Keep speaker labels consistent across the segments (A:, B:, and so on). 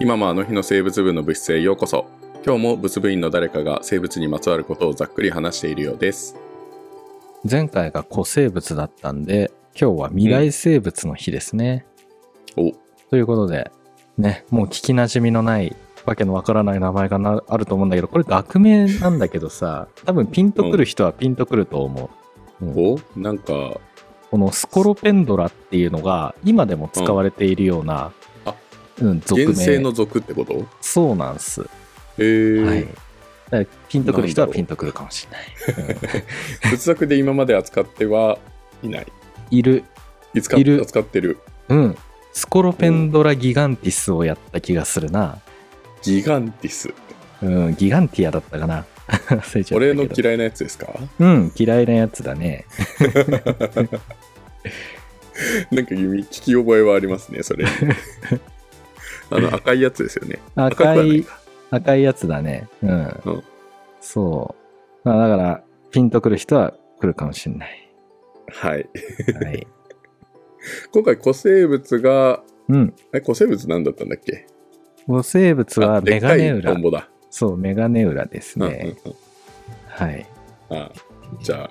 A: 今もあの日の生物部の物質へようこそ今日も物部員の誰かが生物にまつわることをざっくり話しているようです
B: 前回が古生物だったんで、今日は未来生物の日ですね。
A: お
B: ということで、ね、もう聞き馴染みのない、わけのわからない名前がなあると思うんだけど、これ学名なんだけどさ、多分ピンとくる人はピンとくると思う。うん
A: おなんか
B: このスコロペンドラっていうのが、今でも使われているような、
A: うんあ
B: うん、俗
A: 原生
B: 名。
A: の属ってこと
B: そうなんす。
A: えー
B: はい。だからピンとくる人はピンとくるかもしれない。うん
A: 仏作で今まで扱ってはいない
B: いる。
A: いつか
B: いる
A: 扱ってる
B: うん。スコロペンドラギガンティスをやった気がするな。
A: ギガンティス
B: うん、ギガンティアだったかな。 忘れちゃったけ
A: 俺
B: ど
A: の嫌いなやつですか
B: うん、嫌いなやつだね。
A: なんか耳聞き覚えはありますねそ れあの赤いやつですよねくは
B: 赤
A: ない
B: い、
A: か
B: 赤いやつだね。うん。
A: うん
B: そう。まあだから、ピンとくる人は来るかもしんない。
A: はい
B: はい。
A: 今回古生物が
B: うん。
A: え古生物何だったんだっけ
B: 古生物は
A: あで
B: メ
A: っか
B: ガネ
A: い
B: 裏
A: トン。ボだ、
B: そう、メガネ裏です
A: うんう
B: ね
A: ん。うん
B: はい。
A: あじゃあ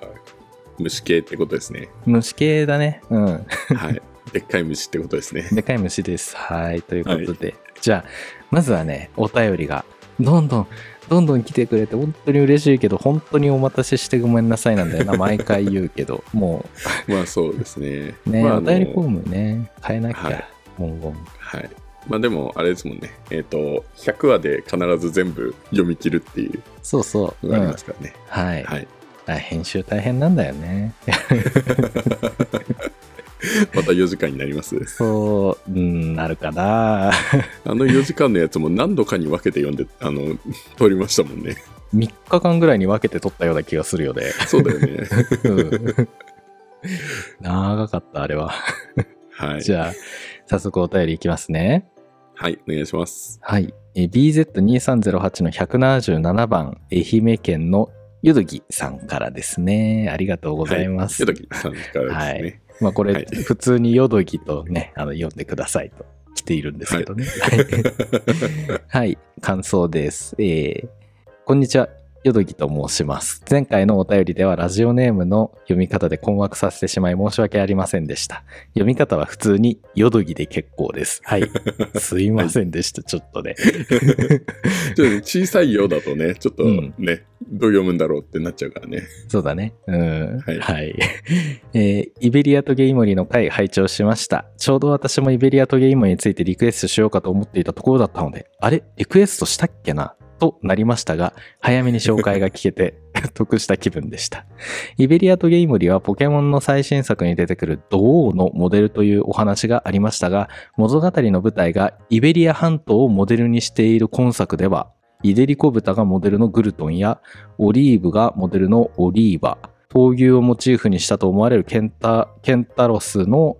A: 虫系ってことです ね
B: 虫系だね。うん。
A: はいでっかい虫ってことです ね
B: でかい虫です。はい。ということで。じゃあ、まずはね、お便りが、どんどん、どんどん来てくれて、本当に嬉しいけど、本当にお待たせしてごめんなさいなんだよ な。毎回言うけど、も
A: まあそうですね
B: う、ね、
A: まああ
B: お
A: の
B: 便りフォームね、変えなきゃ、
A: はい
B: 文言。
A: はい。まあでも、あれですもんね。えっ、と、100話で必ず全部読み切るっていう
B: そうそう。
A: のがあ
B: う
A: り
B: ん
A: ま、すからね。
B: はい、
A: はい。
B: あ編集大変なんだよね。
A: また4時間になり ます。
B: そう、うん、なるかな。
A: あの4時間のやつも何度かに分けて読んで、あの、 撮りましたもんね。
B: 3日間ぐらいに分けて撮ったような気がするよね。
A: そうだよ ね。
B: うん長かった、あれは。
A: はい。
B: じゃあ、早速お便りいきますね。
A: はい、お願いし ます。
B: はい。えー BZ2308 の177番、愛媛県のゆどぎさんからですね。ありがとうございます。
A: ゆときさんからですね。
B: まあこれ、
A: はい
B: 普通によどぎとね、 あの、読んでくださいと来ているんですけどね。はい、はい感想です。えーこんにちは。よどぎと申します。前回のお便りではラジオネームの読み方で困惑させてしまい申し訳ありませんでした。読み方は普通によどぎで結構です。はい。すいませんでした。ちょっとね。
A: ちょっとね小さいようだとね、ちょっと
B: うん
A: ね、どう読むんだろうってなっちゃうからね。
B: そうだね。うん。
A: は
B: はいい。 えーイベリアとゲイモリの回拝聴しました。ちょうど私もイベリアとゲイモリについてリクエストしようかと思っていたところだったので、あれリクエストしたっけなとなりましたが、早めに紹介が聞けて得した気分でした。イベリアとゲイモリはポケモンの最新作に出てくるドオーのモデルというお話がありましたが、物語の舞台がイベリア半島をモデルにしている今作では、イデリコ豚がモデルのグルトンやオリーブがモデルのオリーバ、闘牛をモチーフにしたと思われるケンタケンタロスの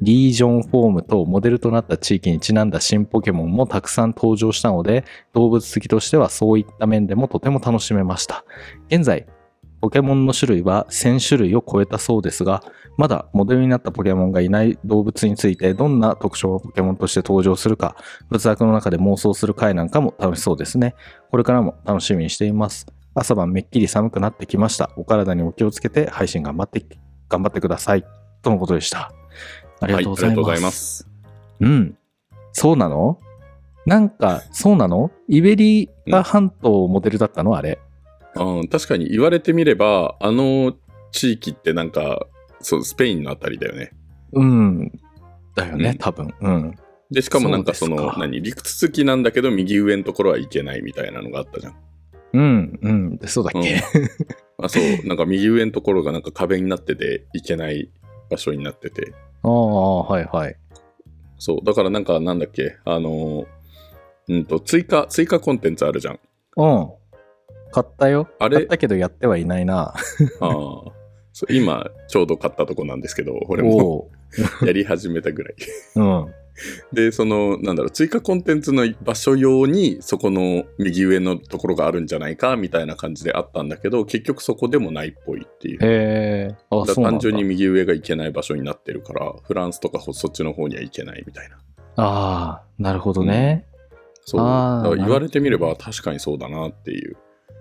B: リージョンフォームとモデルとなった地域にちなんだ新ポケモンもたくさん登場したので、動物好きとしてはそういった面でもとても楽しめました。現在、ポケモンの種類は1000種類を超えたそうですが、まだモデルになったポケモンがいない動物についてどんな特徴のポケモンとして登場するか、仏作の中で妄想する回なんかも楽しそうですね。これからも楽しみにしています。朝晩めっきり寒くなってきました。お体にお気をつけて配信頑張って、頑張ってください。とのことでした。ありがとうございます。
A: す。
B: うん。そうなのなんか、そうなのイベリア半島モデルだったのあれ。
A: うん、確かに言われてみれば、あの地域ってなんか、そう、スペインのあたりだよね。
B: うん。だよね、
A: うん
B: 多分。うん。
A: で、しかもなんかその、
B: そうですか
A: 何、理屈付きなんだけど、右上のところはいけないみたいなのがあったじゃん。
B: うん、うん。でそうだっけ、
A: あそう、 なんか右上のところがなんか壁になってて、いけない場所になってて。
B: ああ、はいはい。
A: そう、だからなんかなんだっけ、あのー、うんと、追加、追加コンテンツあるじゃん。
B: うん。買ったよ。
A: あれ
B: 買ったけどやってはいないな。
A: あーそう今、ちょうど買ったとこなんですけど、俺も
B: おう。
A: やり始めたぐらい。
B: うん。
A: で、その、なんだろう、追加コンテンツの場所用に、そこの右上のところがあるんじゃないか、みたいな感じであったんだけど、結局そこでもないっぽいっていう。
B: へえ。あ、
A: だ
B: そう
A: から
B: なん
A: 単
B: だ
A: 純に。右上が行けない場所になってるからフランスとかほそっちの方には行けないみたいな
B: ああ、なるほどね。
A: そう
B: あ
A: だ
B: ー
A: から言われてみれば確かにそうだなっていう。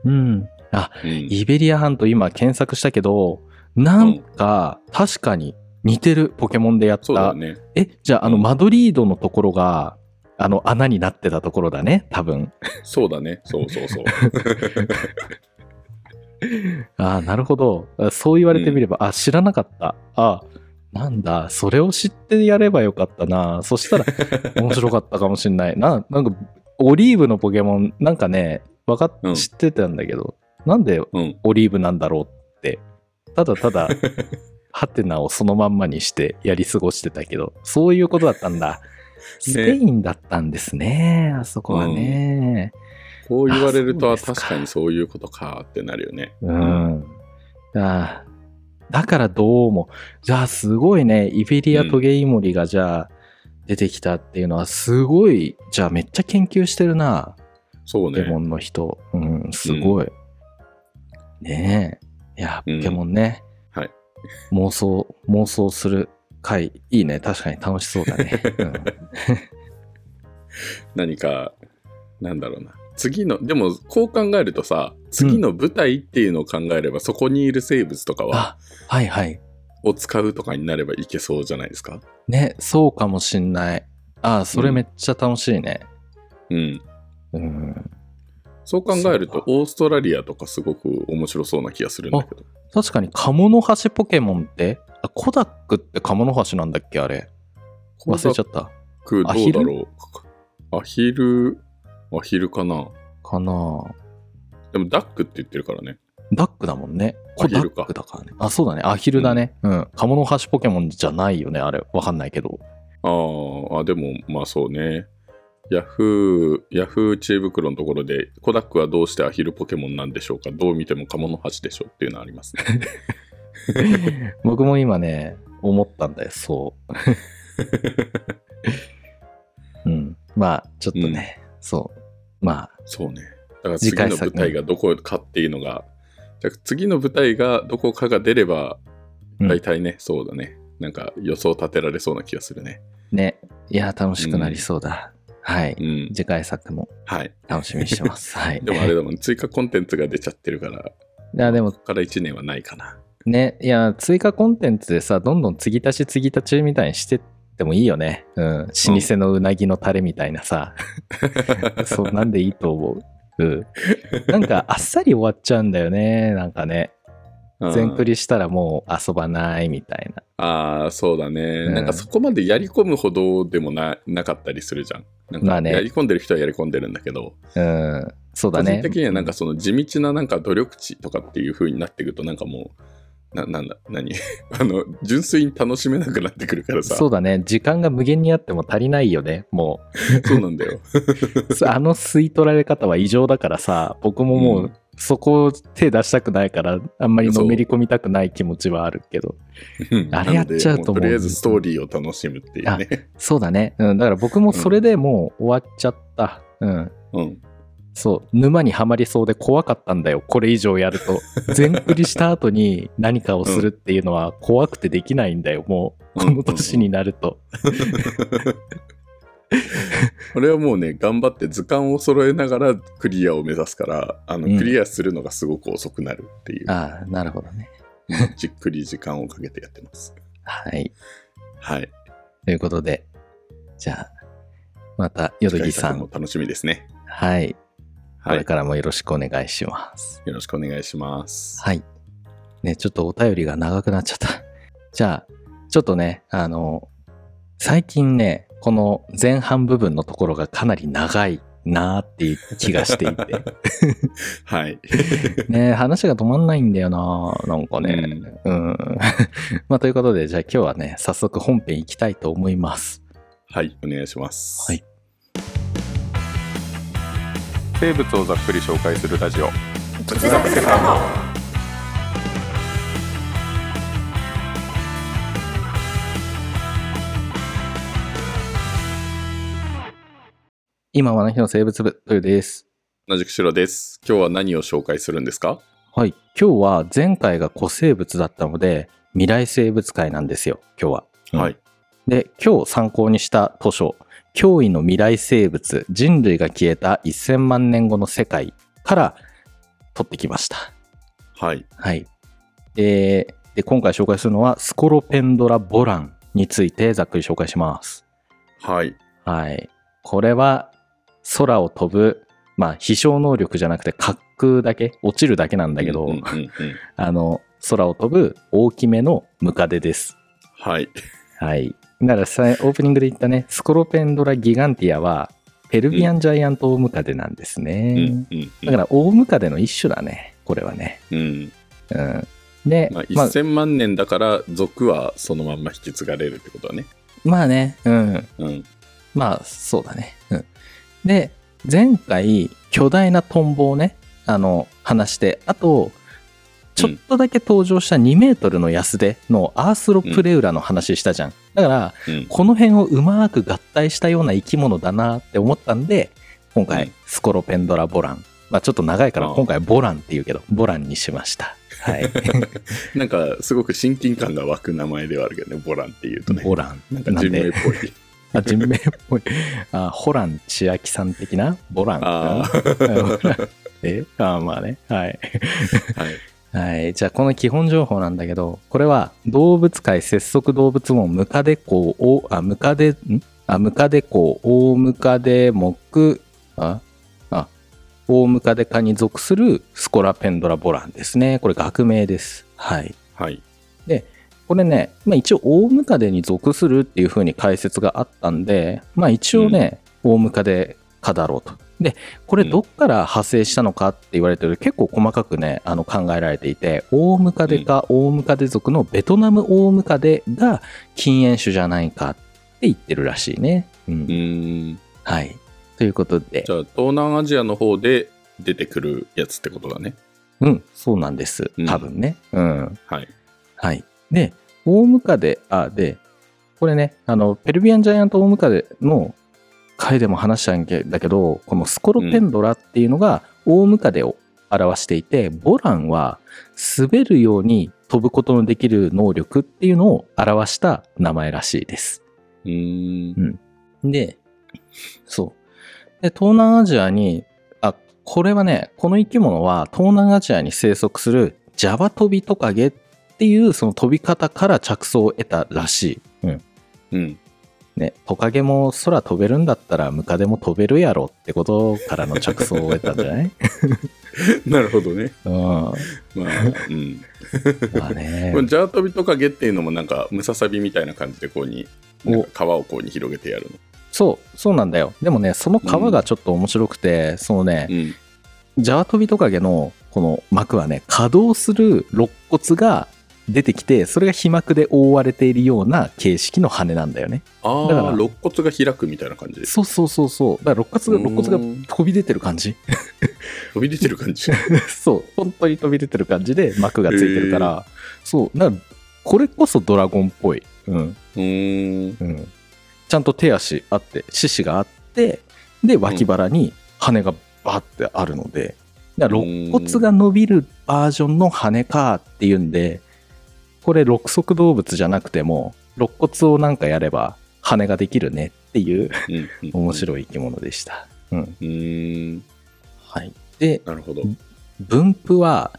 B: うん。あ、
A: うん
B: イベリア半島今検索したけど、なんか確かに似てるポケモンでやっ
A: そうだ
B: た。
A: よね。
B: え、じゃああの
A: うん
B: マドリードのところが、あの穴になってたところだね、多分。
A: そうだね。そうそう そう。
B: ああ、なるほど。あそう言われてみれば、あ、知らなかった。あなんだ、それを知ってやればよかったな。そした ら、面白かったかもしんない。な、なんか、オリーブのポケモン、なんかね、わか
A: う
B: っ
A: ん
B: 知ってたんだけど、なんで
A: うん。
B: オリーブなんだろうって、ただただ、ハテナをそのまんまにしてやり過ごしてたけど、そういうことだったん だ。スペインだったんですね、あそこはね。
A: こう言われると、
B: あ
A: あ
B: そうですか
A: 確かにそういうことかってなるよね。
B: うん。だだからどうも、じゃあすごいね、イベリアトゲイモリがじゃあ出てきたっていうのはすごい、じゃあめっちゃ研究してるな、
A: そう
B: ポケモ
A: ね。
B: ンの人。うん、すごい。ねえ。いや、ポ
A: うん
B: ケモンね。
A: はい。
B: 妄想、妄想する回、いいね。確かに楽しそうだ ね。うん
A: 何か、なんだろうな。次の、でも、こう考えるとさ、次の舞台っていうのを考えれば、そこにいる生物とかは、
B: あ、はいはい。
A: を使うとかになればいけそうじゃないですか。
B: ね、そうかもしんない。あ、それめっちゃ楽しいね。
A: うん。
B: うん
A: そう考える
B: そう
A: と
B: か、
A: オーストラリアとかすごく面白そうな気がするんだけど。
B: 確かに、カモノハシポケモンって、あコダックってカモノハシなんだっけあれ。忘れちゃった。
A: 僕、
B: ア
A: ど
B: ヒ
A: う
B: ル
A: だろう。アヒル、アヒルかな。
B: かなあ
A: でも、ダックって言ってるからね。
B: ダックだもんね。コ
A: アヒ
B: ダ
A: ルか
B: ックだからね。あ、そうだね。アヒルだね。うん。カモノハシポケモンじゃないよね。あれ。わかんないけど。
A: あーあ、でも、まあそうね。ヤフー、ヤフー知恵袋のところで、コダックはどうしてアヒルポケモンなんでしょうかどう見てもカモノハシでしょっていうのはあります ね。
B: 僕も今ね、思ったんだよ。 そう。うん。まあ、ちょっとね。そう。まあ、
A: そうね。だから次の
B: 次回
A: 舞
B: 作
A: 台がどこかっていうのが、じゃあ次の舞台がどこかが出れば、
B: うん
A: 大体ね、そうだね。なんか予想立てられそうな気がするね。
B: ね。いや、楽しくなりそうだ。はい。
A: うん。
B: 次回作も
A: はい。
B: 楽しみにしてます。はい。
A: でもあれだもん、追加コンテンツが出ちゃってるから、
B: いや、でも
A: ここから1年はないかな。
B: ね、いや、追加コンテンツでさ、どんどん継ぎ足し継ぎ足しみたいにしてってもいいよね。うん。老舗のうなぎのタレみたいな さ。そう、なんでいいと思う。うん。なんか、あっさり終わっちゃうんだよね。なんかね。全ク
A: リ。
B: リしたらもう遊ばないみたいな。
A: ああ、そうだね、
B: うん
A: なんかそこまでやり込むほどでもななかったりするじゃん。なん
B: まあ
A: か
B: ね
A: やり込んでる人はやり込んでるんだけど、
B: うん。そうだね。
A: 個人的にはなんかその地道ななんか努力値とかっていう風になってくると、なんかもう、ななんだ、何 あの、純粋に楽しめなくなってくるからさ。
B: そうだね。時間が無限にあっても足りないよね。も
A: そうなん だよ。
B: う、そうあの吸い取られ方は異常だからさ、僕もも
A: う、
B: うんそこを手出したくないから、あんまりのめり込みたくない気持ちはあるけど。あれやっちゃうと
A: なのでもとりあえず
B: もう
A: ストーリーを楽しむっていうね。
B: そうだね。うん。だから僕もそれでもう終わっちゃった。うん。
A: うん。
B: そう。沼にはまりそうで怖かったんだよ。これ以上やる と。全クリした後に何かをするっていうのは怖くてできないんだよ。もう、この年になると。
A: これはもうね、頑張って図鑑を揃えながらクリアを目指すから、あの、
B: うん
A: クリアするのがすごく遅くなるっていう、
B: ああ、なるほどね。
A: じっくり時間をかけてやってます。
B: はい。
A: はい。
B: ということで、じゃあ、また、よどぎさ
A: 次回作も
B: ん。
A: 楽しみですね。
B: はい。こ
A: は
B: れ
A: い。
B: からもよろしくお願いします。
A: よろしくお願いします。
B: はい。ね、ちょっとお便りが長くなっちゃった。 じゃあ、ちょっとね、あの、最近ね、この前半部分のところがかなり長いなーっていう気がしてい て。
A: はい。
B: ね、話が止まんないんだよななんかね。うん。 まあ、ということで、じゃあ今日はね、早速本編行きたいと思います。
A: はい。お願いします。
B: はい。
A: 生物をざっくり紹介するラジオ。
C: 哲学スカモ
B: 今はの日の生物部、というです。
A: 同じくしろです。今日は何を紹介するんですか
B: はい。今日は前回が古生物だったので、未来生物界なんですよ、今日は。うん
A: はい。
B: で、今日参考にした図書、脅威の未来生物、人類が消えた1000万年後の世界から取ってきました。
A: はい。
B: はい。で、で今回紹介するのは、スコロペンドラ・ボランについてざっくり紹介します。
A: はい。
B: はい。これは、空を飛ぶ、まあ、飛翔能力じゃなくて、滑空だけ、落ちるだけなんだけど、
A: うんうんうんうん
B: あの、空を飛ぶ大きめのムカデです。
A: はい。
B: はい。ならさ、オープニングで言ったね、スコロペンドラ・ギガンティアは、ペルビアンジャイアントオウムカデなんです
A: う
B: ね
A: ん。うん
B: だから、オウムカデの一種だね、これはね。
A: うん。
B: うん。で、
A: まあ、
B: まあ
A: 1000万年だから、族はそのまんま引き継がれるってことはね。
B: まあね、うん。
A: うん。
B: まあ、そうだね。うん。で、前回、巨大なトンボをね、あの、話して、あと、ちょっとだけ登場した2メートルの安手のアースロプレウラの話したじゃん。だから、
A: うん。
B: この辺をうまく合体したような生き物だなって思ったんで、今
A: う
B: 回
A: ん、
B: スコロペンドラボラン。まあ、ちょっと長いから、
A: ああ
B: 今回ボランって言うけど、ボランにしました。はい。
A: なんか、すごく親近感が湧く名前ではあるけどね、ボランっていうとね。
B: ボラン。
A: なんか人名っぽい。
B: あ人名っぽい。あホラン千秋さん的なボラン。
A: あ
B: えあまあね。はい。
A: あ。はい。
B: はい。じゃあ、この基本情報なんだけど、これは動物界節足動物門ムカデコウオウ、あ、ムカデ、んあ、ムカデコウ、オウムカデ目、あ、あ、オウムカデ科に属するスコラペンドラボランですね。これ学名です。はい。
A: はい。
B: これね、まあ一応、大ムカデに属するっていう風に解説があったんで、まあ一応ね、大ムカデ科だろうと。で、これどっから派生したのかって言われてる、結構細かくね、あの考えられていて、大ムカデ科、大ムカデ族のベトナム大ムカデが禁煙種じゃないかって言ってるらしいね。うん。
A: うーん。
B: はい。ということで
A: じ、ゃあ、東南アジアの方で出てくるやつってことだね。
B: うん、そうなんです
A: う。ん
B: 多分ね。うん
A: はい。
B: はい。で、オウムカデ、あ、で、これね、あの、ペルビアンジャイアントオウムカデの回でも話したんだけど、このスコロペンドラっていうのがオウムカデを表していて、ボランは滑るように飛ぶことのできる能力っていうのを表した名前らしいです。
A: うーん。
B: で、そう。で、東南アジアに、あ、これはね、この生き物は東南アジアに生息するジャワトビトカゲっていうその飛び方から着想を得たらしい。うん。
A: うん。
B: ね、トカゲも空飛べるんだったらムカデも飛べるやろってことからの着想を得たんじゃない
A: なるほどね。
B: うん。
A: ま
B: ま
A: あ、 うん。
B: あね
A: こ。のジャートビトカゲっていうのもなんかムササビみたいな感じでこうになんか皮をこうに広げてやるの。
B: そう、そうなんだよ。でもね、その皮がちょっと面白くて、そのね
A: う、ん、
B: ジャワトビトカゲのこの膜はね、稼働する肋骨が出てきて、それが皮膜で覆われているような形式の羽なんだよね。
A: あ
B: だか
A: あ
B: ら
A: 肋骨が開くみたいな感じです。
B: そうそうそうそう。だから肋骨が、肋骨が
A: が
B: 飛び出てる感じ。
A: 飛び出てる感じ。
B: そう。本当に飛び出てる感じで膜がついてるから。そう。だから、これこそドラゴンっぽい。うん。
A: うーん
B: うん。ちゃんと手足あって、四肢があって、で、脇腹に羽がバーってあるので、だから肋骨が伸びるバージョンの羽かっていうんで、これ6足動物じゃなくても、肋骨をなんかやれば羽ができるねっていう
A: うんうん。
B: 面
A: い。
B: 白い生き物でした。うん。
A: うーん
B: はい。で、
A: なるほど。
B: 分布は、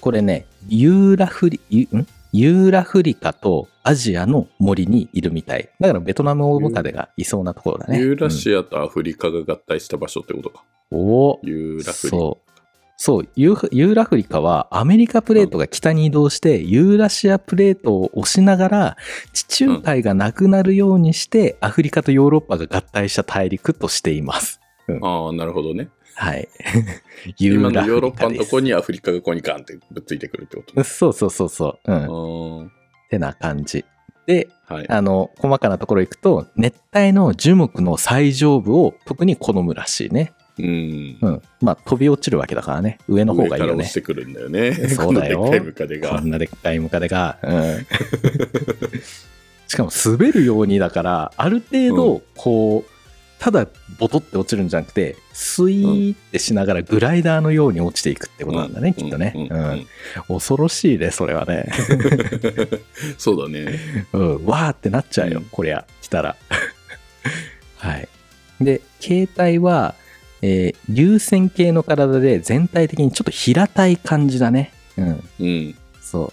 B: これね、ユーラフリ、ユんユーラフリカとアジアの森にいるみたい。だからベトナムオウムカデがいそうなところだね。
A: ユーラシアとアフリカが合体した場所ってことか。
B: うんおー
A: ユーラフリカ。
B: そう。そうユーフユーラフリカはアメリカプレートが北に移動して、ユーラシアプレートを押しながら地中海がなくなるようにして、アフリカとヨーロッパが合体した大陸としています。
A: ああ、なるほどね。
B: はい。
A: 今
B: ユ
A: のヨーロッパの
B: です
A: とこにアフリカがこうにガンってぶっついてくるってことね。
B: そうそうそうそう。うん。
A: あ
B: っ
A: ー
B: てな感じ。で、
A: はい。
B: あの、細かなところ行くと、熱帯の樹木の最上部を特に好むらしいね。
A: うん
B: う。ん。まあ、飛び落ちるわけだからね。上の方
A: 上
B: が
A: か
B: いい
A: ら
B: よ
A: 落
B: ね
A: ち。てくるんだよね。
B: そうだよ
A: このでっかいムカデ
B: こ
A: が
B: ん。なでっかいムカデが。 うん。しかも、滑るようにだから、ある程
A: う
B: 度、こう、ただボトって落ちるんじゃなくて、スイーってしながらグライダーのように落ちていくってことなんだね、きっとね。
A: うん
B: うん恐ろしいね、それはね。
A: そうだね。
B: うん、わーってなっちゃうよ、
A: うん
B: こりゃ、来たら。はい。で、携帯は、えー流線形の体で全体的にちょっと平たい感じだね。うん。
A: うん。
B: そ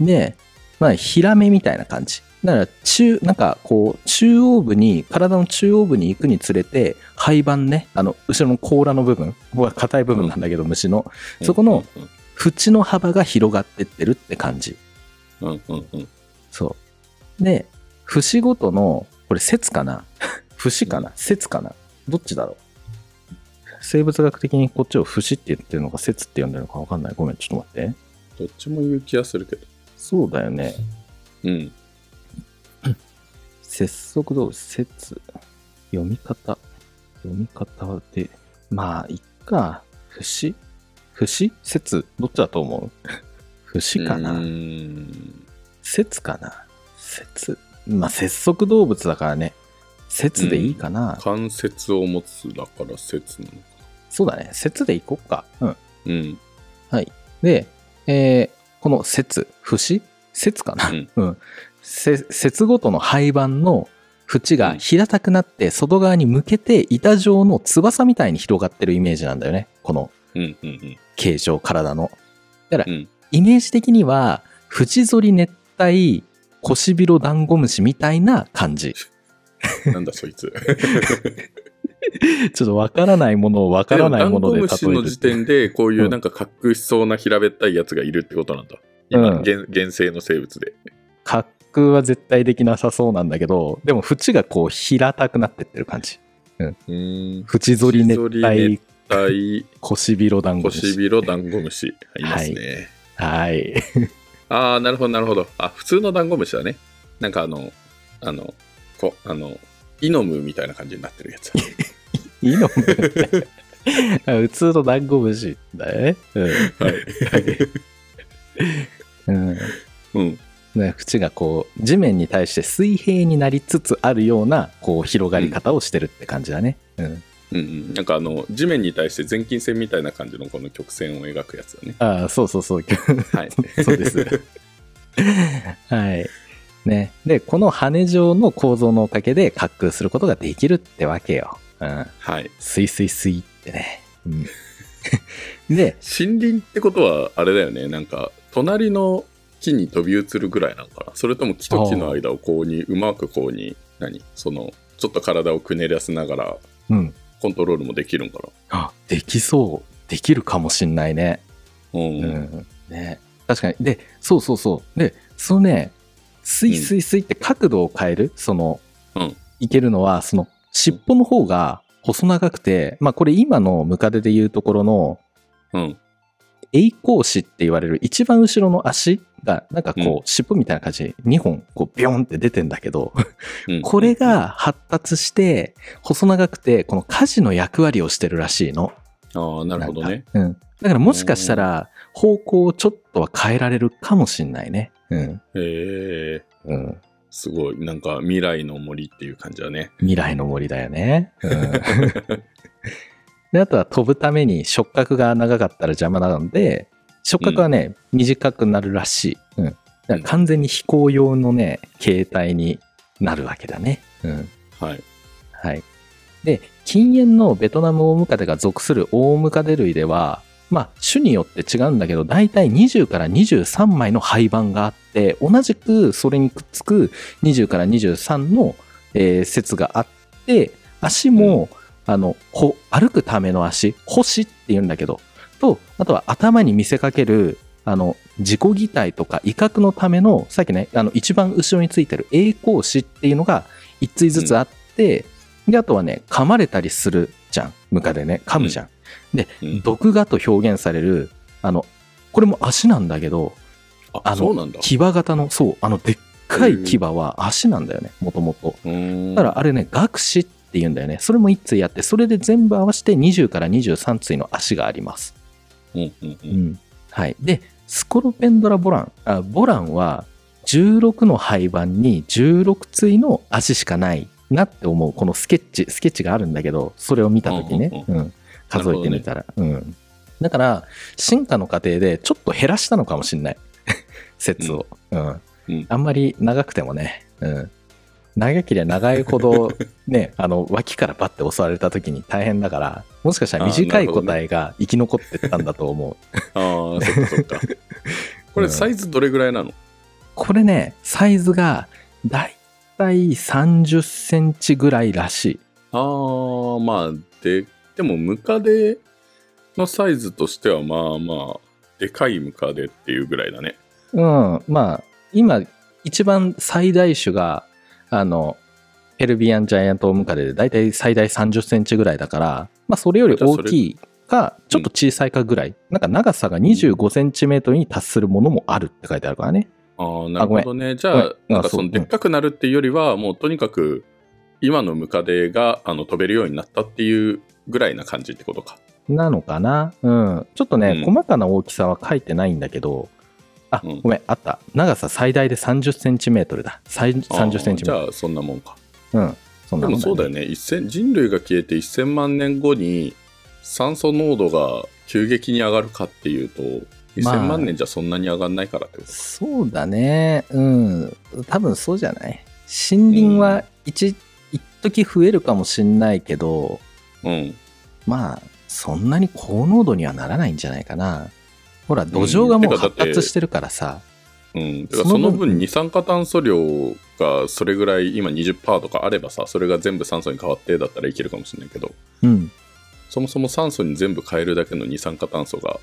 B: う。で、まあ、平目みたいな感じ。だから、中、なんか、こう、中央部に、体の中央部に行くにつれて、肺盤ね、あの、後ろの甲羅の部分、ここが硬い部分なんだけど、虫の、 そこの、縁の幅が広がってってるって感じ。
A: うんうんうん。
B: そう。で、節ごとの、これ節かな 節かな節かなどっちだろう生物学的にこっちを節って言ってるのか節って呼んでるのかわかんない。ごめん、ちょっと待って。
A: どっちも言う気がするけど。
B: そうだよね。
A: うん。
B: 節足動物、節。読み方。読み方で。まあ、いっか。節節節どっちだと思う 節かな
A: うーん。
B: 節かな節まあ節足動物だからね節でいいかな、
A: 関節を持つだから節なのか。
B: そうだね節でいこっかうん
A: うん。
B: で、えーこの節節節かな
A: うん
B: うん、せ節ごとの廃盤の縁が平たくなって外側に向けて板状の翼みたいに広がってるイメージなんだよねこの
A: うんうんうん。
B: 形状体のだから、
A: うん
B: イメージ的には縁反り熱帯コシビロダンゴムシみたいな感じ
A: なんだそいつ。
B: ちょっとわからないものをわからないもので
A: でも
B: 例
A: ダンゴ
B: え
A: ムシの
B: る
A: 時点で、こうい
B: うん
A: うなんか隠しそうな平べったいやつがいるってことなんだ。今、
B: うん
A: 現現生の生物で。
B: 滑空は絶対できなさそうなんだけど、でも縁がこう平たくなってってる感じ。
A: うん。
B: 縁反り熱
A: 縁反り
B: 帯
A: 大
B: コシビロダンゴ
A: コ
B: ム
A: シ
B: シ。
A: ビロダンゴムシ。いますね。
B: はい。
A: ああ、なるほど、なるほど。あ、普通のダンゴムシだね。なんかあの、あの、こあの、イノムみたいな感じになってるやつ。
B: いいの 普通のダンゴムシだね。うん。
A: はい。
B: うん、
A: うん。
B: ね縁がこう地面に対して水平になりつつあるようなこう広がり方をしてるって感じだね。うん、
A: うんうん、なんかあの地面に対して前近線みたいな感じのこの曲線を描くやつだね。
B: ああ、そうそうそう。
A: はい。
B: そうです。はい。ね。で、この羽状の構造のおかげで滑空することができるってわけよ。うん。
A: はい。
B: スイスイスイってね。うん。 で、
A: 森林ってことはあれだよね。なんか隣の木に飛び移るぐらいなのかな。それとも木と木の間をこうにうまくこうに何そのちょっと体をくねらせながら
B: うん。
A: コントロールもできるんか
B: あ、できそう。できるかもしんないね。
A: な。うん。
B: うん。ね。確かに。で、そうそうそう。で、そのね、スイスイスイって角度を変える、その、
A: うん
B: いけるのは、その、尻尾の方が細長くて、まあこれ今のムカデでいうところの、
A: うん。
B: 栄光子って言われる一番後ろの足がなんかこう尻尾みたいな感じで2本こうビョンって出てんだけど
A: うん
B: これ、が発達して細長くてこの家事の役割をしてるらしいの。
A: ああ、なるほどね。
B: なんか。うん。だからもしかしたら方向をちょっとは変えられるかもしんないね。うん。
A: へえ。
B: うん。
A: すごい、なんか未来の森っていう感じだね。
B: 未来の森だよね。 うん。で、あとは飛ぶために触覚が長かったら邪魔なので、触覚はね、短くなるらしい。うん。だから完全に飛行用のね、携帯になるわけだね。うん。
A: はい。
B: はい。で、禁煙のベトナムオウムカデが属するオウムカデ類では、まあ、種によって違うんだけど、だいたい20から23枚の廃盤があって、同じくそれにくっつく20から23の、えー節があって、足も、あの、こ歩くための足、腰って言うんだけど、と、あとは頭に見せかける、あの、自己擬態とか威嚇のための、さっきね、あの、一番後ろについてる栄光詞っていうのが一対ずつあって、で、あとはね、噛まれたりするじゃん。ムカデね、噛むじゃん。
A: うん
B: 毒がと表現される、あの、これも足なんだけど、
A: あ
B: あの
A: そうなんだ。
B: 牙型の、そう、あの、でっかい牙は足なんだよね、もともと。
A: うん
B: だからあれね、学士って言うんだよね。それも一対あって、それで全部合わせて20から23対の足があります。
A: うんうんう
B: うんん。はい。で、スコロペンドラボラン、あボランは16の廃盤に16対の足しかないなって思う、このスケッチ、スケッチがあるんだけど、それを見たときね、
A: う
B: うん、数えてみたら。うん。だから、進化の過程でちょっと減らしたのかも しれない。説を。うん。
A: うん
B: あんまり長くてもね、うん。長ければ長いほど、 ね、あの脇からバッて襲われた時に大変だからもしかしたら短い個体が生き残ってったんだと思
A: あ
B: う、
A: あ、そっかそっ か。これ、サイズどれぐらいなの
B: これねサイズがだいたい3 0センチぐらいらしい
A: ああ、まあ、で、でも、ムカデのサイズとしては、まあまあ、でかいムカデっていうぐらいだね。
B: うん、まあ、今、一番最大種が、あの、ペルビアンジャイアントオウムカデで、だいたい最大30センチぐらいだから、まあ、それより大きいか、ちょっと小さいかぐらい。なんか長さが25センチメートルに達するものもあるって書いてあるからね。
A: ああ、なるほどね。じゃ
B: ご
A: あ、
B: めん
A: なんか
B: あそう
A: その、でっかくなるっていうよりは、もうとにかく、今のムカデがあの飛べるようになったっていうぐらいな感じってことか。
B: なのかなうん。ちょっとね、
A: うん
B: 細かな大きさは書いてないんだけど、あ、
A: うん
B: ごめん、あった。長さ最大で30センチメートルだ。さい30センチメ
A: あ
B: ー
A: ーじゃあ、そんなもんか。
B: トル。うん。そん
A: で
B: なも
A: も
B: ん
A: そうだよね。1000人類が消えて1000万年後に、酸素濃度が急激に上がるかっていうと、
B: まあ
A: 2000万年じゃそんなに上がんないからってこと
B: そうだね。うん。多分そうじゃない。森林は一、一時増えるかもしんないけど、
A: うん。
B: まあ、そんなに高濃度にはならないんじゃないかな。ほら、土壌がもう
A: てかだっ
B: 発
A: て
B: 達してるからさ。
A: うん、だから
B: そ
A: そ
B: の分
A: の分二酸化炭素量がそれぐらい今20%とかあればさそれが全部酸素に変わってだったらいけるかもしれないけど
B: うん。
A: そもそも酸素に全部変えるだけの二酸化炭素が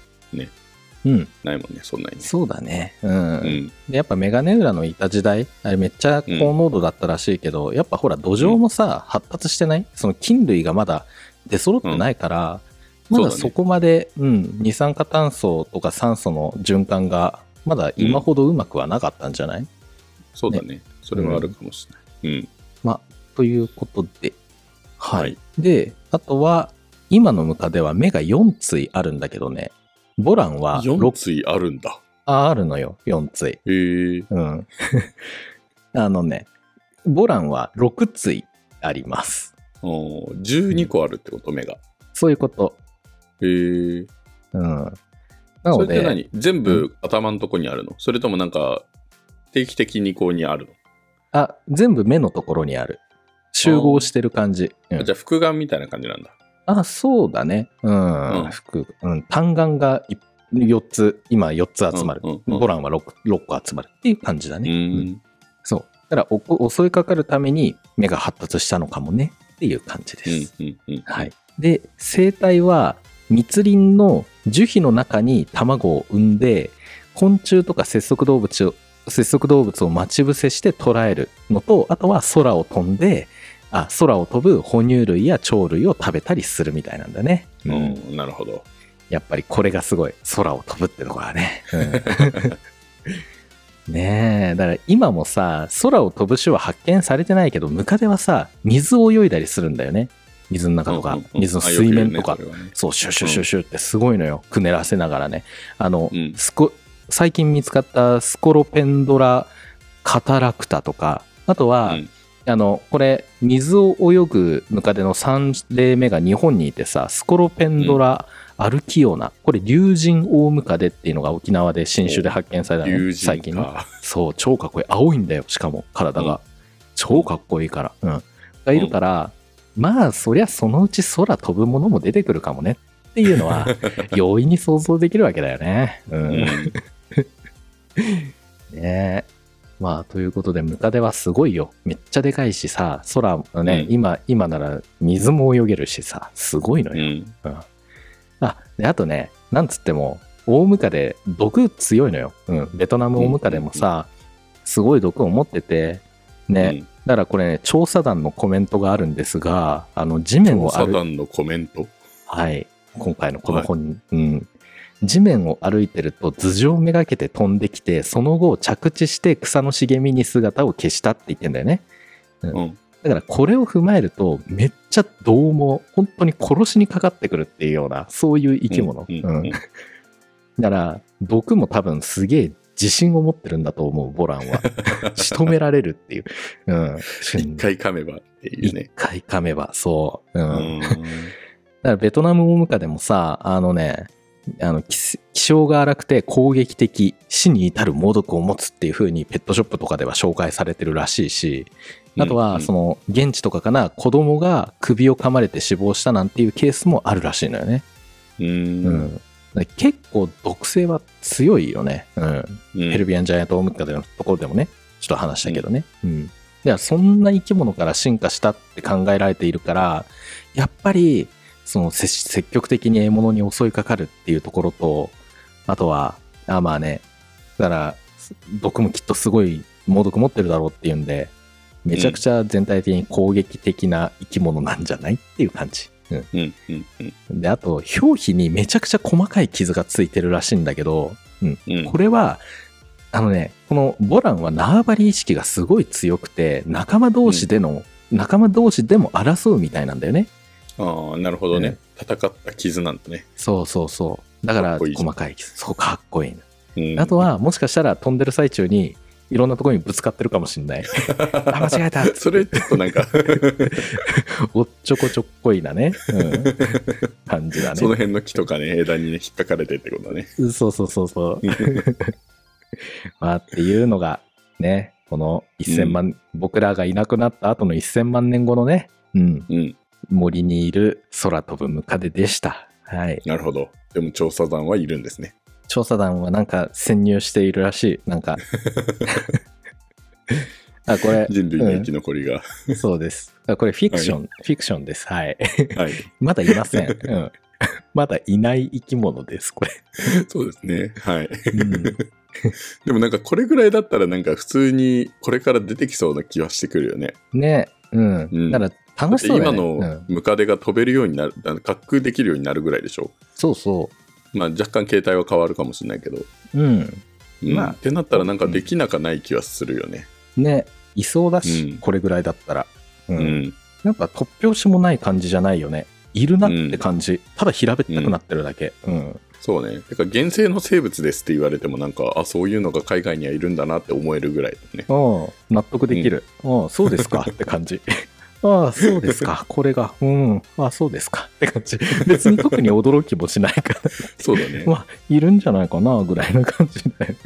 B: うん。
A: ないもんねそんなにね
B: そうだね。うん。
A: うん
B: でやっぱメガネ浦のいた時代、あれめっちゃ高濃度だったらしいけど、やっぱほら土壌もさ、発達してないその菌類がまだ出揃ってないから、
A: うん
B: まだ
A: そうだね
B: そこまで、うん、二酸化炭素とか酸素の循環が、まだ今ほどうまくはなかったんじゃない、
A: そうだねそれはあるかもしれない、うん
B: ということで。はい。
A: はい
B: で、あとは、今のムカデは目が4対あるんだけどね、ボランは
A: 4
B: 6
A: 対あるんだ
B: あるのよ、4対。
A: へえ
B: うん。あのね、ボランは6対あります。
A: 12個あるってこと目が
B: そういうこと。
A: へえ
B: うん。な
A: そ
B: の
A: れって
B: で、
A: 何全部頭のとこにあるのそれともなんか定期的にこうにあるの、
B: あ、全部目のところにある。集合してる感じ。うん
A: じゃあ複眼みたいな感じなんだ
B: あ、そうだね。うん。
A: うん
B: 服うん、単眼がい4つ、今4つ集まる。
A: うんうんうん
B: ボランは 6, 6個集まるっていう感じだ
A: う
B: ね。うん
A: ん
B: そう。だからお、襲いかかるために目が発達したのかもねっていう感じで
A: う
B: す。
A: んうんうん
B: はい、で生態は密林の樹皮の中に卵を産んで昆虫とか節足動物を節足動物を待ち伏せして捕らえるのとあとは空を飛んであ空を飛ぶ哺乳類や鳥類を食べたりするみたいなんだね、
A: う
B: うん
A: ん、なるほど。
B: やっぱりこれがすごい空を飛ぶってとこはね、うん ねえだから今もさ空を飛ぶ種は発見されてないけどムカデはさ水を泳いだりするんだよね水の中とか、
A: うんうんうん
B: 水の水面とか、
A: あよく言うね
B: そう、シュシュシュシュってすごいのよ。くねらせながらね。あの、
A: うん
B: スコ最近見つかったスコロペンドラカタラクタとか、あと
A: それ
B: は、
A: はね
B: あの、これ、水を泳ぐムカデの3例目が日本にいてさ、スコロペンドラアルキオナ、これ、竜神オウムカデっていうのが沖縄で新種で発見され
A: う
B: た
A: ん、
B: のね、
A: 友
B: 最近
A: 人
B: ね
A: か。
B: そう、超かっこいい。青いんだよ、しかも、体が。
A: うん
B: 超かっこいいから。うん。がいるから、まあ、そりゃそのうち空飛ぶものも出てくるかもねっていう のは、容易に想像できるわけだよね。うん。
A: うん
B: ねえ。まあ、ということで、ムカデはすごいよ。めっちゃでかいしさ、空もね、
A: うん
B: 今、今なら水も泳げるしさ、すごいの
A: う
B: よ。
A: ん
B: あ、で、あとね、なんつっても、大ムカデ、毒強いのよ。うん。ベトナム大ムカデもさ、すごい毒を持ってて、 ね、
A: うん
B: だからこれね、調査団のコメントがあるんですが、あの、地面
A: 調
B: を
A: 査
B: 歩い
A: 団のコメント。
B: はい、今回のこの本に、うん。地面を歩いてると頭上めがけて飛んできて、その後着地して草の茂みに姿を消したって言ってんだよね。
A: うん、
B: だからこれを踏まえると、めっちゃどうも、本当に殺しにかかってくるっていうような、そういう生き物。
A: うん
B: うんだから、毒も多分すげえ自信を持ってるんだと思う、ボラ ンは。仕留められるっていう。うん。
A: 一回噛めばっていう
B: 一
A: ね。
B: 回噛めば、そう。うん。
A: うん
B: だからベトナムオウムカでもさ、あのね、あの気す気性が荒くて攻撃的死に至る猛毒を持つっていう風にペットショップとかでは紹介されてるらしいし、あとは、そ
A: の、
B: の、現地とかから子供が首を噛まれて死亡したなんていうケースもあるらしいのよね。
A: う。
B: うんん。だから結構毒性は強いよね。うん。
A: うん
B: ヘルビアンジャイアントオムニカでのところでもね、ちょっと話したけどね。うん。では、そんな生き物から進化したって考えられているから、やっぱり、その、せ積極的に獲物に襲いかかるっていうところと、あとは、あ、まあね、だから、毒もきっとすごい猛毒持ってるだろうっていうんで、めちゃくちゃ全体的に攻撃的な生き物なんじゃないっていう感じ。うん。
A: うんうんうん
B: で、あと、表皮にめちゃくちゃ細かい傷がついてるらしいんだけど、うん。
A: うん
B: これは、あのね、このボランは縄張り意識がすごい強くて、仲間同士での、仲間同士でも争うみたいなんだよね。
A: ああ、なるほどね。戦った傷なんだね。
B: そうそうそう。だか
A: かっ
B: ら、
A: こいいじゃん
B: 細かい傷。そう、かっこいいの。
A: うん
B: あと、は、もしかしたら飛んでる最中に、いろんなところにぶつかってるかも しんない。あ、間違えた。
A: それちょっとなんか、
B: おっちょこちょっこいなね。 うん、感じだね。
A: その辺の木とかね、枝にね、引っかかれてってことだね。
B: そうそうそ うそう。まあっていうのがね、この1000万、僕らがいなくなった後の1000万年後のね、うん、
A: うん。
B: 森にいる空飛ぶムカデでした。はい。
A: なるほど。でも調査団はいるんですね。
B: 調査団はなんか潜入しているらしい。な んか。あ、これ、
A: 人類の生き残りが。
B: そうです。あこれフィクション、フィクションです。はい。
A: はい。
B: まだいません。うん。まだいない生き物です、これ。
A: そうですね。はい。
B: うん
A: でもなんかこれぐらいだったらなんか普通にこれから出てきそうな気はしてくるよね。
B: ねうん、
A: うん
B: だから楽しそうだ
A: 今
B: よね
A: の
B: うん
A: ムカデが飛べるようになる、あの滑空できるようになるぐらいでしょ。
B: そうそ
A: まあ若干形態は変わるかもしれないけど。
B: ううん
A: うん
B: まあ
A: ってなったらなんかできなかない気はするよね。
B: ねいそうだし、
A: うん
B: これぐらいだったら、うん
A: うん。
B: なんか突拍子もない感じじゃないよねいるなって感じ、ただ平べったくなってるだけうん、
A: そうね。てか原生の生物ですって言われてもなんか、あ、そういうのが海外にはいるんだなって思えるぐらいだ ね。
B: うん納得できる、うん、そうですか って感じああそうですかこれがうんああそうですかって感じ別に特に驚きもしないから
A: そうだね。
B: まあいるんじゃないかなぐらいの感じだよね、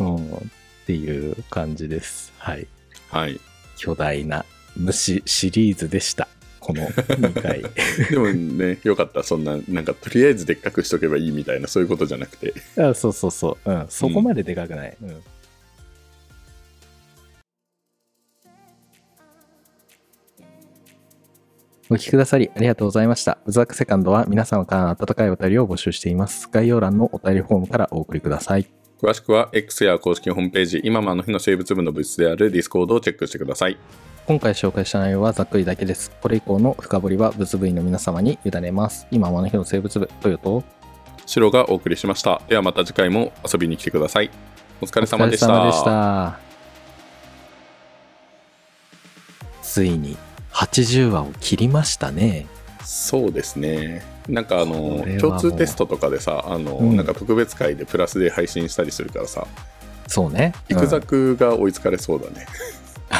A: うん。
B: うん、っていう感じですはい
A: はい。
B: 巨大な虫シリーズでした。この2回。
A: でもね、よかった。そんな、なんかとりあえずでっかくしとけばいいみたいな、そういうことじゃなくて。
B: あそうそうそう。うん。そこまででかくない。うん。お聞きくださりありがとうございました。うずわくセカンドは皆様からの温かいお便りを募集しています。概要欄のお便りフォームからお送りください。
A: 詳しくは X や公式ホームページ、今もあの日の生物部の部室である Discord をチェックしてください。
B: 今回紹介した内容はざっくりだけです。これ以降の深掘りは物部員の皆様に委ねます。今はあの日の生物部、トヨと
A: 白がお送りしました。ではまた次回も遊びに来てください。お疲
B: お
A: れ様でした。
B: 疲れ様でしたついに80話を切りましたね
A: そうですね。なんかあの
B: これは
A: 共
B: もう
A: 通テストとかでさ、あの、
B: うん
A: なんか特別会でプラスで配信したりするからさ、
B: そうね
A: イクザクが追いつかれそうだね。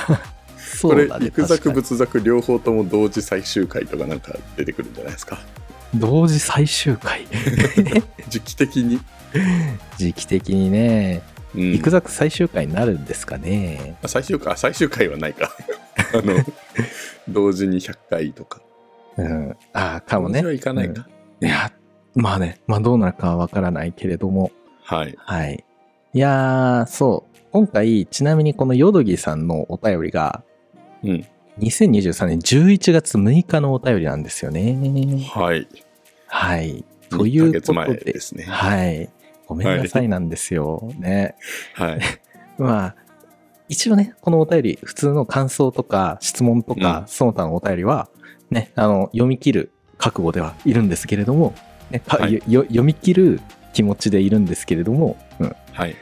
B: うん
A: こ
B: そ
A: れ
B: うだね
A: イクザク
B: 確か
A: 仏作両方とも同時最終回とかなんか出てくるんじゃないですか。
B: に同時最終回
A: 時期的に。
B: 時期的にね
A: うん
B: いくざく最終回になるんですかね
A: あ最終回あ最終回はないか。あ の同時に100回とか。
B: うんああかも
A: 同
B: ね
A: 時はいかないか。
B: いやまあねまあどうなるかはわからないけれども
A: はい。
B: はいいやーそう今回ちなみにこのよどぎさんのお便りが
A: うん。
B: 2023年11月6日のお便りなんですよね。
A: はい。
B: はい。とい
A: 1ヶ
B: う
A: 月
B: こ
A: 前
B: とで
A: で、すね。
B: はい。ごめんなさいなんですよ。ね。
A: はい。
B: まあ、一応ね、このお便り、普通の感想とか質問とか、
A: うん
B: その他のお便りは、ね、あの、読み切る覚悟ではいるんですけれども、ねか
A: はい
B: よよ読み切る気持ちでいるんですけれども、うん、だ
A: はい。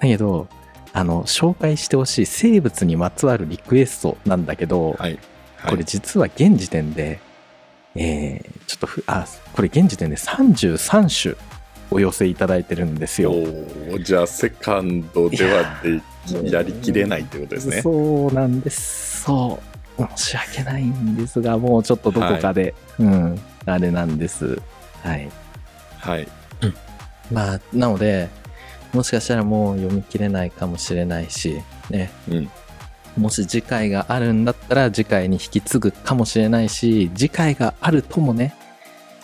B: けど、あの、紹介してほしい生物にまつわるリクエストなんだけど、
A: はい。はい
B: これ実は現時点で、えーちょっとふ、あ、これ現時点で33種お寄せいただいてるんですよ。
A: おーじゃあセカンドではでき
B: いやー
A: やりきれないってことですね。
B: そうなんです。そう。申し訳ないんですが、もうちょっとどこかで、うん、あれなんです。はい。
A: はい。
B: まあ、なので、もしかしたらもう読み切れないかもしれないし、ね。
A: うん
B: もし次回があるんだったら次回に引き継ぐかもしれないし次回があるともね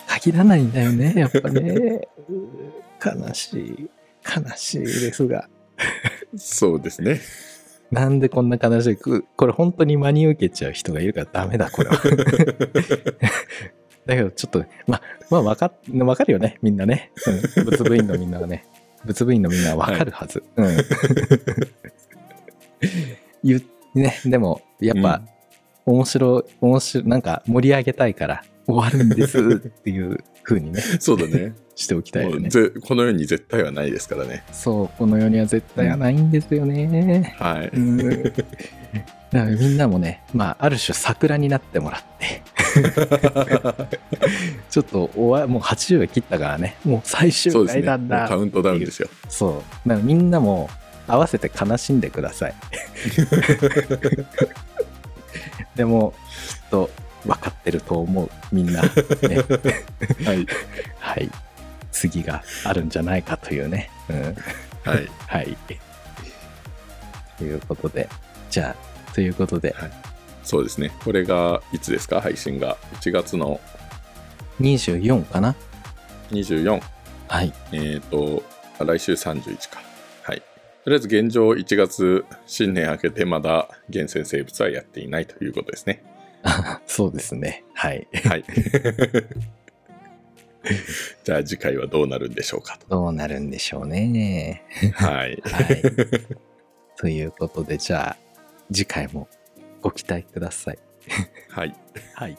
B: 限らないんだよねやっぱねうー悲しい悲しいですが
A: そうです ね。
B: なんでこんな悲しいくこれ本当に真に受けちゃう人がいるからダメだこれ はだけどちょっとねままあわかわかるよねみんなね、うん、仏部員のみんなはね仏部員のみんなはわかるはず、うん 言うねでもやっぱ、面白い面白いなんか盛り上げたいから終わるんですっていう風にね
A: そうだね。
B: しておきたいよ
A: も
B: ね
A: うぜこの世に絶対はないですからね。
B: そうこの世には絶対はないんですよね、
A: はい。
B: うん、だからみ んなもねまあある種桜になってもらってちょっとおわもう80は切ったからねもう最
A: そう
B: 終
A: です
B: 回
A: ね。
B: な
A: も
B: んだ
A: うカウントダウンですよ。
B: そうだからみんなも合わせて悲しんでく ださいでもきっと分かってると思うみんな、ね、
A: はい。
B: はい次があるんじゃないかというね、うん、
A: はい。
B: はいということでじゃあということで
A: そうですね。これが、いつですか配信が。1月の
B: 24かな
A: 24。
B: はい
A: えっ、と、あ来週31か。はい。とりあえず現状1月新年明けてまだ厳選生物はやっていないということです ね。
B: そうですねはい
A: はい。 じゃあ次回はどうなるんでしょうかと。
B: どうなるんでしょうね
A: はい。
B: はい。ということで、じゃあ、次回もご期待ください。
A: はい。
B: はい。